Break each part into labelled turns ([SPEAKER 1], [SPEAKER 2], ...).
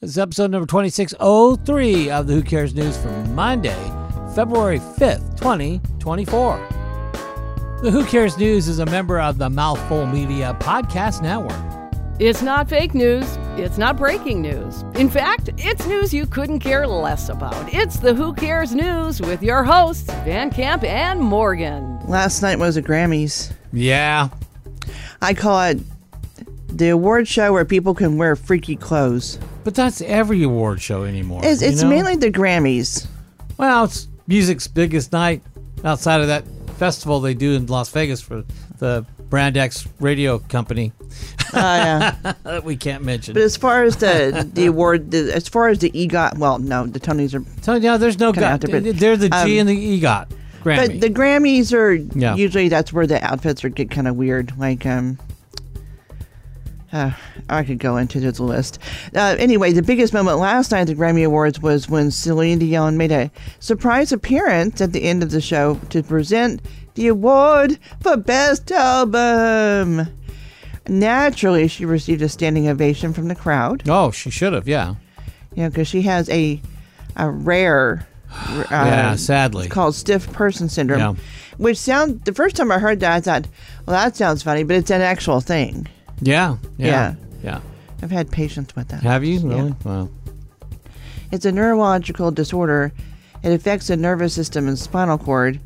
[SPEAKER 1] This is episode number 2603 of the Who Cares News for Monday, February 5th, 2024. The Who Cares News is a member of the Mouthful Media Podcast Network.
[SPEAKER 2] It's not fake news. It's not breaking news. In fact, it's news you couldn't care less about. It's the Who Cares News with your hosts, Van Camp and Morgan.
[SPEAKER 3] Last night was the Grammys.
[SPEAKER 1] Yeah.
[SPEAKER 3] I call it the award show where people can wear freaky clothes.
[SPEAKER 1] But that's every award show anymore.
[SPEAKER 3] It's,
[SPEAKER 1] you
[SPEAKER 3] it's
[SPEAKER 1] know?
[SPEAKER 3] mainly the Grammys.
[SPEAKER 1] Well, it's music's biggest night outside of that festival they do in Las Vegas for the Brand X radio company
[SPEAKER 3] Uh, yeah.
[SPEAKER 1] that we can't mention.
[SPEAKER 3] but as far as the the award, the, as far as the E EGOT, well, no, the Tonys are.
[SPEAKER 1] So yeah, there's no
[SPEAKER 3] Kinda
[SPEAKER 1] God.
[SPEAKER 3] out there, but,
[SPEAKER 1] They're the G and
[SPEAKER 3] um,
[SPEAKER 1] the EGOT. Grammy.
[SPEAKER 3] But the Grammys are
[SPEAKER 1] Yeah.
[SPEAKER 3] usually that's where the outfits are get kind of weird. Like um. Uh, I could go into this list. Uh, anyway, the biggest moment last night at the Grammy Awards was when Celine Dion made a surprise appearance at the end of the show to present the award for Best Album. Naturally, she received a standing ovation from the crowd.
[SPEAKER 1] oh, she should have. Yeah.
[SPEAKER 3] You know, because she has a a rare. r- Uh,
[SPEAKER 1] Yeah, sadly.
[SPEAKER 3] It's called stiff person syndrome.
[SPEAKER 1] Yeah.
[SPEAKER 3] Which sound the first time I heard that, I thought, well, that sounds funny, but it's an actual thing.
[SPEAKER 1] Yeah. Yeah.
[SPEAKER 3] Yeah.
[SPEAKER 1] Yeah.
[SPEAKER 3] I've had patients with that.
[SPEAKER 1] Have you really? Well,
[SPEAKER 3] It's a neurological disorder. It affects the nervous system and spinal cord,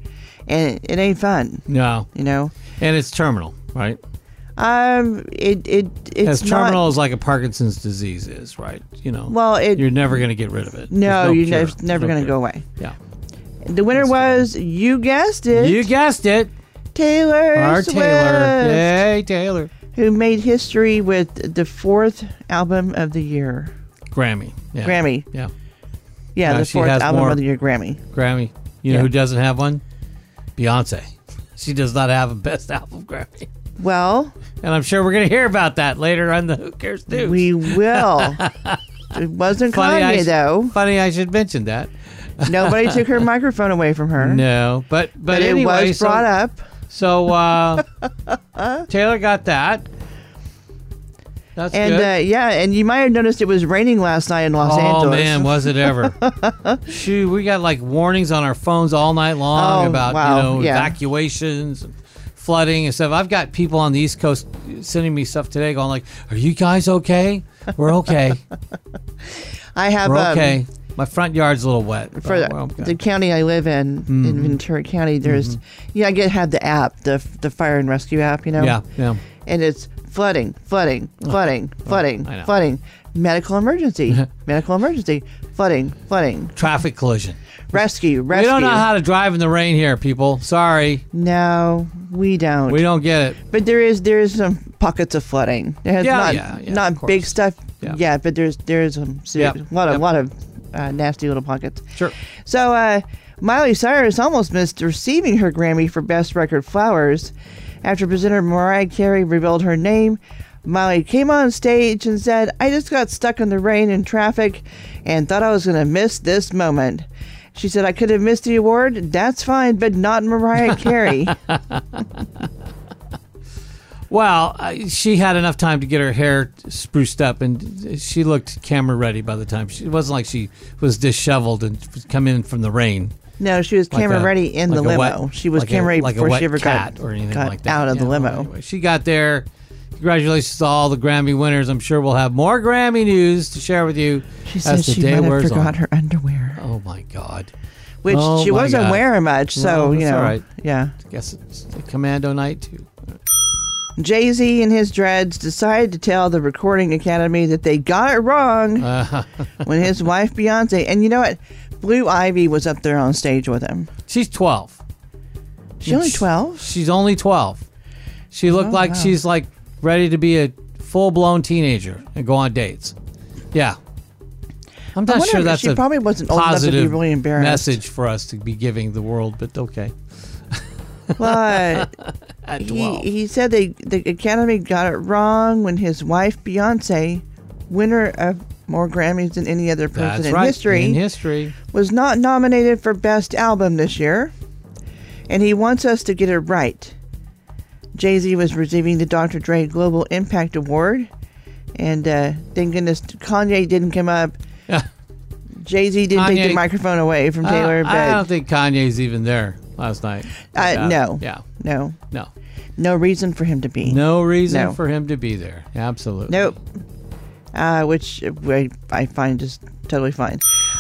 [SPEAKER 3] and it ain't fun.
[SPEAKER 1] no.
[SPEAKER 3] You know,
[SPEAKER 1] And it's terminal, right?
[SPEAKER 3] um, it it
[SPEAKER 1] as
[SPEAKER 3] it's
[SPEAKER 1] terminal
[SPEAKER 3] not.
[SPEAKER 1] as like a Parkinson's disease is, right? You know.
[SPEAKER 3] Well, it
[SPEAKER 1] you're never going to get rid of it.
[SPEAKER 3] no,
[SPEAKER 1] There's
[SPEAKER 3] you're
[SPEAKER 1] cure.
[SPEAKER 3] nev- never
[SPEAKER 1] There's no
[SPEAKER 3] gonna go
[SPEAKER 1] cure.
[SPEAKER 3] away. The winner was you guessed
[SPEAKER 1] Yeah.
[SPEAKER 3] it,
[SPEAKER 1] You guessed it.
[SPEAKER 3] Taylor
[SPEAKER 1] Our
[SPEAKER 3] Swift.
[SPEAKER 1] Taylor. Yay, Taylor.
[SPEAKER 3] who made history with the fourth album of the year.
[SPEAKER 1] Grammy. Yeah.
[SPEAKER 3] Grammy.
[SPEAKER 1] Yeah.
[SPEAKER 3] Yeah,
[SPEAKER 1] Yeah,
[SPEAKER 3] the
[SPEAKER 1] she
[SPEAKER 3] fourth
[SPEAKER 1] has
[SPEAKER 3] album
[SPEAKER 1] more.
[SPEAKER 3] of the year Grammy.
[SPEAKER 1] Grammy. You know
[SPEAKER 3] Yeah.
[SPEAKER 1] who doesn't have one? Beyonce. She does not have a best album Grammy.
[SPEAKER 3] Well,
[SPEAKER 1] And I'm sure we're going to hear about that later on the Who Cares News.
[SPEAKER 3] we will. it wasn't
[SPEAKER 1] funny, I,
[SPEAKER 3] Kanye
[SPEAKER 1] sh-
[SPEAKER 3] though.
[SPEAKER 1] funny I should mention that.
[SPEAKER 3] Nobody took her microphone away from her.
[SPEAKER 1] No, but but,
[SPEAKER 3] But
[SPEAKER 1] anyway,
[SPEAKER 3] it was brought
[SPEAKER 1] so,
[SPEAKER 3] up.
[SPEAKER 1] So uh, Taylor got that. That's
[SPEAKER 3] And
[SPEAKER 1] good.
[SPEAKER 3] uh, yeah, and you might have noticed it was raining last night in Los
[SPEAKER 1] oh
[SPEAKER 3] Angeles.
[SPEAKER 1] man, was it ever? Shoot, we got like warnings on our phones all night long
[SPEAKER 3] Oh,
[SPEAKER 1] about
[SPEAKER 3] wow,
[SPEAKER 1] you know
[SPEAKER 3] yeah.
[SPEAKER 1] evacuations, and flooding, and stuff. I've got people on the East Coast sending me stuff today, going like, "Are you guys okay? We're okay.
[SPEAKER 3] I have
[SPEAKER 1] We're
[SPEAKER 3] um,
[SPEAKER 1] okay. Oh, My front yard's a little wet. but
[SPEAKER 3] for
[SPEAKER 1] we're okay."
[SPEAKER 3] the county I live in,
[SPEAKER 1] Mm-hmm.
[SPEAKER 3] in Ventura County. There's yeah, I get had the app, the the fire and rescue app. You know.
[SPEAKER 1] yeah, yeah.
[SPEAKER 3] and it's flooding, flooding, flooding, flooding,
[SPEAKER 1] Oh, I know.
[SPEAKER 3] flooding, medical emergency, medical emergency, flooding, flooding,
[SPEAKER 1] Traffic collision.
[SPEAKER 3] rescue, rescue.
[SPEAKER 1] We don't know how to drive in the rain here, people. Sorry,
[SPEAKER 3] no, we don't.
[SPEAKER 1] we don't get it.
[SPEAKER 3] But there is there is some pockets of flooding. There has
[SPEAKER 1] Yeah,
[SPEAKER 3] not
[SPEAKER 1] yeah, yeah, of
[SPEAKER 3] not
[SPEAKER 1] course.
[SPEAKER 3] big stuff.
[SPEAKER 1] Yeah.
[SPEAKER 3] Yeah. but there's there's a
[SPEAKER 1] Yep,
[SPEAKER 3] lot of
[SPEAKER 1] yep.
[SPEAKER 3] lot of uh, nasty little pockets.
[SPEAKER 1] Sure.
[SPEAKER 3] So uh, Miley Cyrus almost missed receiving her Grammy for Best Record Flowers. After presenter Mariah Carey revealed her name, Miley came on stage and said, I just got stuck in the rain and traffic and thought I was going to miss this moment. She said, I could have missed the award. That's fine, but not Mariah Carey.
[SPEAKER 1] Well, I- she had enough time to get her hair spruced up, and she looked camera ready by the time. She, it wasn't like she was disheveled and come in from the rain.
[SPEAKER 3] no, she was
[SPEAKER 1] like
[SPEAKER 3] camera
[SPEAKER 1] a-
[SPEAKER 3] ready in the
[SPEAKER 1] like a
[SPEAKER 3] limo.
[SPEAKER 1] wet-
[SPEAKER 3] she was
[SPEAKER 1] like a-
[SPEAKER 3] camera ready
[SPEAKER 1] like a
[SPEAKER 3] before
[SPEAKER 1] wet
[SPEAKER 3] she ever
[SPEAKER 1] cat
[SPEAKER 3] got,
[SPEAKER 1] or anything
[SPEAKER 3] got
[SPEAKER 1] like that.
[SPEAKER 3] out of the
[SPEAKER 1] Yeah,
[SPEAKER 3] limo.
[SPEAKER 1] well, anyway, she got there. Congratulations to all the Grammy winners. I'm sure we'll have more Grammy news to share with you
[SPEAKER 3] She
[SPEAKER 1] as
[SPEAKER 3] says
[SPEAKER 1] the
[SPEAKER 3] she
[SPEAKER 1] day
[SPEAKER 3] might have
[SPEAKER 1] wears
[SPEAKER 3] forgot
[SPEAKER 1] on.
[SPEAKER 3] her underwear,
[SPEAKER 1] Oh my God!
[SPEAKER 3] which
[SPEAKER 1] Oh
[SPEAKER 3] she
[SPEAKER 1] my
[SPEAKER 3] wasn't
[SPEAKER 1] God.
[SPEAKER 3] wearing much. So,
[SPEAKER 1] Well,
[SPEAKER 3] you
[SPEAKER 1] that's
[SPEAKER 3] know,
[SPEAKER 1] all right.
[SPEAKER 3] yeah.
[SPEAKER 1] Guess it's the Commando night too.
[SPEAKER 3] Jay Z and his dreads decided to tell the Recording Academy that they got it wrong when his wife Beyonce, and you know what? Blue Ivy was up there on stage with him.
[SPEAKER 1] She's 12.
[SPEAKER 3] She's only
[SPEAKER 1] She-
[SPEAKER 3] 12.
[SPEAKER 1] She's only 12. She looked like
[SPEAKER 3] wow.
[SPEAKER 1] she's like ready to be a full blown teenager and go on dates. Yeah. I'm not
[SPEAKER 3] wonder
[SPEAKER 1] sure
[SPEAKER 3] if
[SPEAKER 1] that's
[SPEAKER 3] she
[SPEAKER 1] a
[SPEAKER 3] probably wasn't old enough to be
[SPEAKER 1] positive
[SPEAKER 3] really embarrassed.
[SPEAKER 1] message for us to be giving the world, but okay.
[SPEAKER 3] But
[SPEAKER 1] At 12.
[SPEAKER 3] he, he said they, the Academy got it wrong when his wife Beyonce, winner of more Grammys than any other person
[SPEAKER 1] that's
[SPEAKER 3] in
[SPEAKER 1] right.
[SPEAKER 3] history,
[SPEAKER 1] In history.
[SPEAKER 3] was not nominated for Best Album this year, and he wants us to get it right. Jay Z was receiving the Dr. Dre Global Impact Award. And uh, thank goodness Kanye didn't come up. Jay Z didn't take
[SPEAKER 1] Kanye- Uh,
[SPEAKER 3] the microphone away from
[SPEAKER 1] I don't-
[SPEAKER 3] Taylor,
[SPEAKER 1] I
[SPEAKER 3] but
[SPEAKER 1] don't think Kanye's even there last night.
[SPEAKER 3] Uh, no.
[SPEAKER 1] Yeah.
[SPEAKER 3] no,
[SPEAKER 1] No.
[SPEAKER 3] no reason for him to be.
[SPEAKER 1] No reason
[SPEAKER 3] No.
[SPEAKER 1] for him to be there. Absolutely.
[SPEAKER 3] Nope. Uh, which I, I find just totally fine.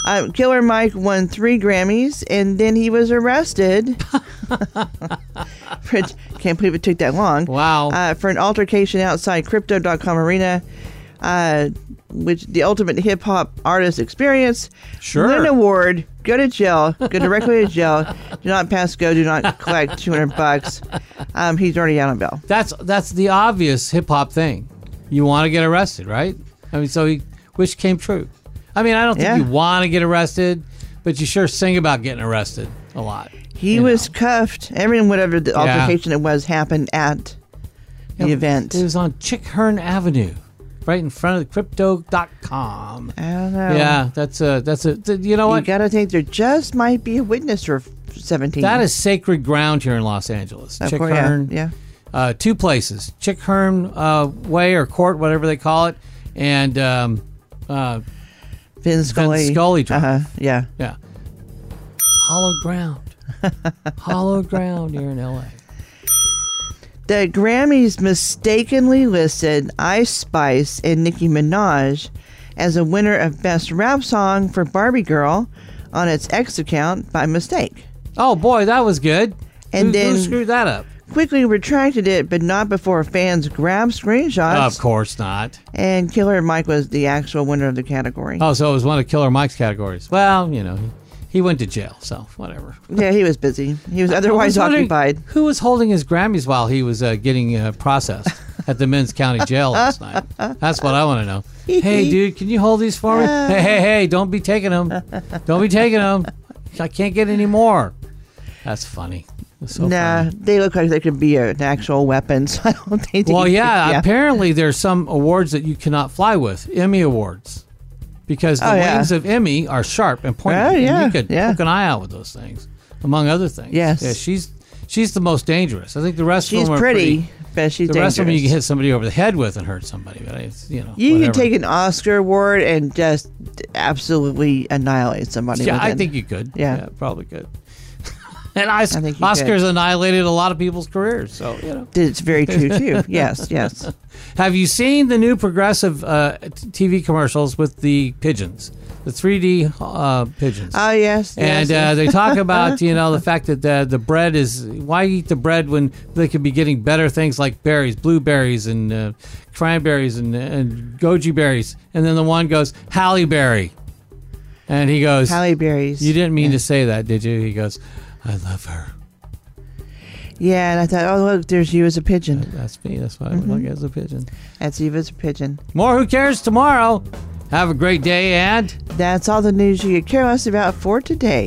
[SPEAKER 3] Uh, Killer Mike won three Grammys and then he was arrested. For- Can't believe it took that long.
[SPEAKER 1] Wow.
[SPEAKER 3] Uh, for an altercation outside Crypto.com Arena, uh, which the ultimate hip hop artist experience.
[SPEAKER 1] Sure.
[SPEAKER 3] Win an award. Go to jail. Go directly to jail. Do not pass go. Do not collect 200 bucks. Um, he's already out on bail.
[SPEAKER 1] That's that's the obvious hip hop thing. You want to get arrested, right? I mean, so he, which came true. I mean, I don't think
[SPEAKER 3] Yeah.
[SPEAKER 1] you want to get arrested, but you sure sing about getting arrested a lot.
[SPEAKER 3] He
[SPEAKER 1] you know.
[SPEAKER 3] was cuffed. Everyone, whatever the altercation it was, happened at the
[SPEAKER 1] Yeah,
[SPEAKER 3] event.
[SPEAKER 1] It was on Chick Hearn Avenue, right in front of crypto.com.
[SPEAKER 3] I don't know.
[SPEAKER 1] Yeah, that's a that's a th- you know
[SPEAKER 3] Oh. You
[SPEAKER 1] what?
[SPEAKER 3] gotta think there just might be a witness or 17.
[SPEAKER 1] That is sacred ground here in Los Angeles.
[SPEAKER 3] Of
[SPEAKER 1] Chick
[SPEAKER 3] course, Oh, yeah,
[SPEAKER 1] Hearn.
[SPEAKER 3] yeah.
[SPEAKER 1] Uh, two places, Chick Hearn uh, Way or Court, whatever they call it, and um, uh,
[SPEAKER 3] Vin Scully.
[SPEAKER 1] Scully Drive.
[SPEAKER 3] Uh-huh, yeah.
[SPEAKER 1] Yeah. Hollow ground. Hollow ground here in LA.
[SPEAKER 3] The Grammys mistakenly listed Ice Spice and Nicki Minaj as a winner of Best Rap Song for Barbie Girl on its X account by mistake.
[SPEAKER 1] Oh boy, that was good.
[SPEAKER 3] And
[SPEAKER 1] who, who
[SPEAKER 3] then-
[SPEAKER 1] screwed that up?
[SPEAKER 3] Quickly retracted it, but not before fans grabbed screenshots.
[SPEAKER 1] Of course not.
[SPEAKER 3] And Killer Mike was the actual winner of the category.
[SPEAKER 1] Oh, so it was one of Killer Mike's categories. Well, you know, he, he went to jail, so whatever.
[SPEAKER 3] Yeah, he was busy. He was
[SPEAKER 1] I
[SPEAKER 3] otherwise
[SPEAKER 1] was wondering
[SPEAKER 3] occupied.
[SPEAKER 1] Who was holding his Grammys while he was uh, getting uh, processed at the Men's County Jail last night? That's what I want to know. Hey, dude, can you hold these for me? Hey, hey, hey, don't be taking them. Don't be taking them. I can't get any more. That's funny. That's so
[SPEAKER 3] Nah,
[SPEAKER 1] funny.
[SPEAKER 3] they look like they could be an actual weapon, so I don't think.
[SPEAKER 1] Well,
[SPEAKER 3] they-
[SPEAKER 1] yeah, Apparently, there's some awards that you cannot fly with, Emmy awards, because the
[SPEAKER 3] Oh, yeah.
[SPEAKER 1] wings of Emmy are sharp and pointy.
[SPEAKER 3] Oh,
[SPEAKER 1] and
[SPEAKER 3] yeah,
[SPEAKER 1] you could
[SPEAKER 3] yeah.
[SPEAKER 1] poke an eye out with those things, among other things.
[SPEAKER 3] Yes.
[SPEAKER 1] Yeah, she's she's the most dangerous. I think the rest of
[SPEAKER 3] she's
[SPEAKER 1] them are
[SPEAKER 3] pretty,
[SPEAKER 1] pretty
[SPEAKER 3] but she's
[SPEAKER 1] the
[SPEAKER 3] dangerous.
[SPEAKER 1] rest of them you can hit somebody over the head with and hurt somebody, but it's you know.
[SPEAKER 3] You
[SPEAKER 1] whatever.
[SPEAKER 3] could take an Oscar award and just absolutely annihilate somebody.
[SPEAKER 1] Yeah,
[SPEAKER 3] with
[SPEAKER 1] I
[SPEAKER 3] it.
[SPEAKER 1] think you could.
[SPEAKER 3] Yeah.
[SPEAKER 1] probably could. and I,
[SPEAKER 3] think you
[SPEAKER 1] Oscars
[SPEAKER 3] could.
[SPEAKER 1] annihilated a lot of people's careers, so you know.
[SPEAKER 3] it's very true too. yes, yes.
[SPEAKER 1] Have you seen the new progressive uh, t- TV commercials with the pigeons, the 3D uh, pigeons?
[SPEAKER 3] Oh yes.
[SPEAKER 1] and
[SPEAKER 3] yes,
[SPEAKER 1] uh,
[SPEAKER 3] yes.
[SPEAKER 1] they talk about you know the fact that the, the bread is why eat the bread when they could be getting better things like berries, blueberries, and uh, cranberries, and, and goji berries. And then the one goes Halle Berry, and he goes,
[SPEAKER 3] Halle Berry's.
[SPEAKER 1] "You didn't mean to say that, did you?" He goes, "I love her.
[SPEAKER 3] Yeah, and I thought, oh look, there's you as a pigeon.
[SPEAKER 1] That's me. That's why I look as a pigeon."
[SPEAKER 3] That's you as a pigeon.
[SPEAKER 1] More who cares tomorrow. Have a great day and.
[SPEAKER 3] That's all the news you could care less about for today.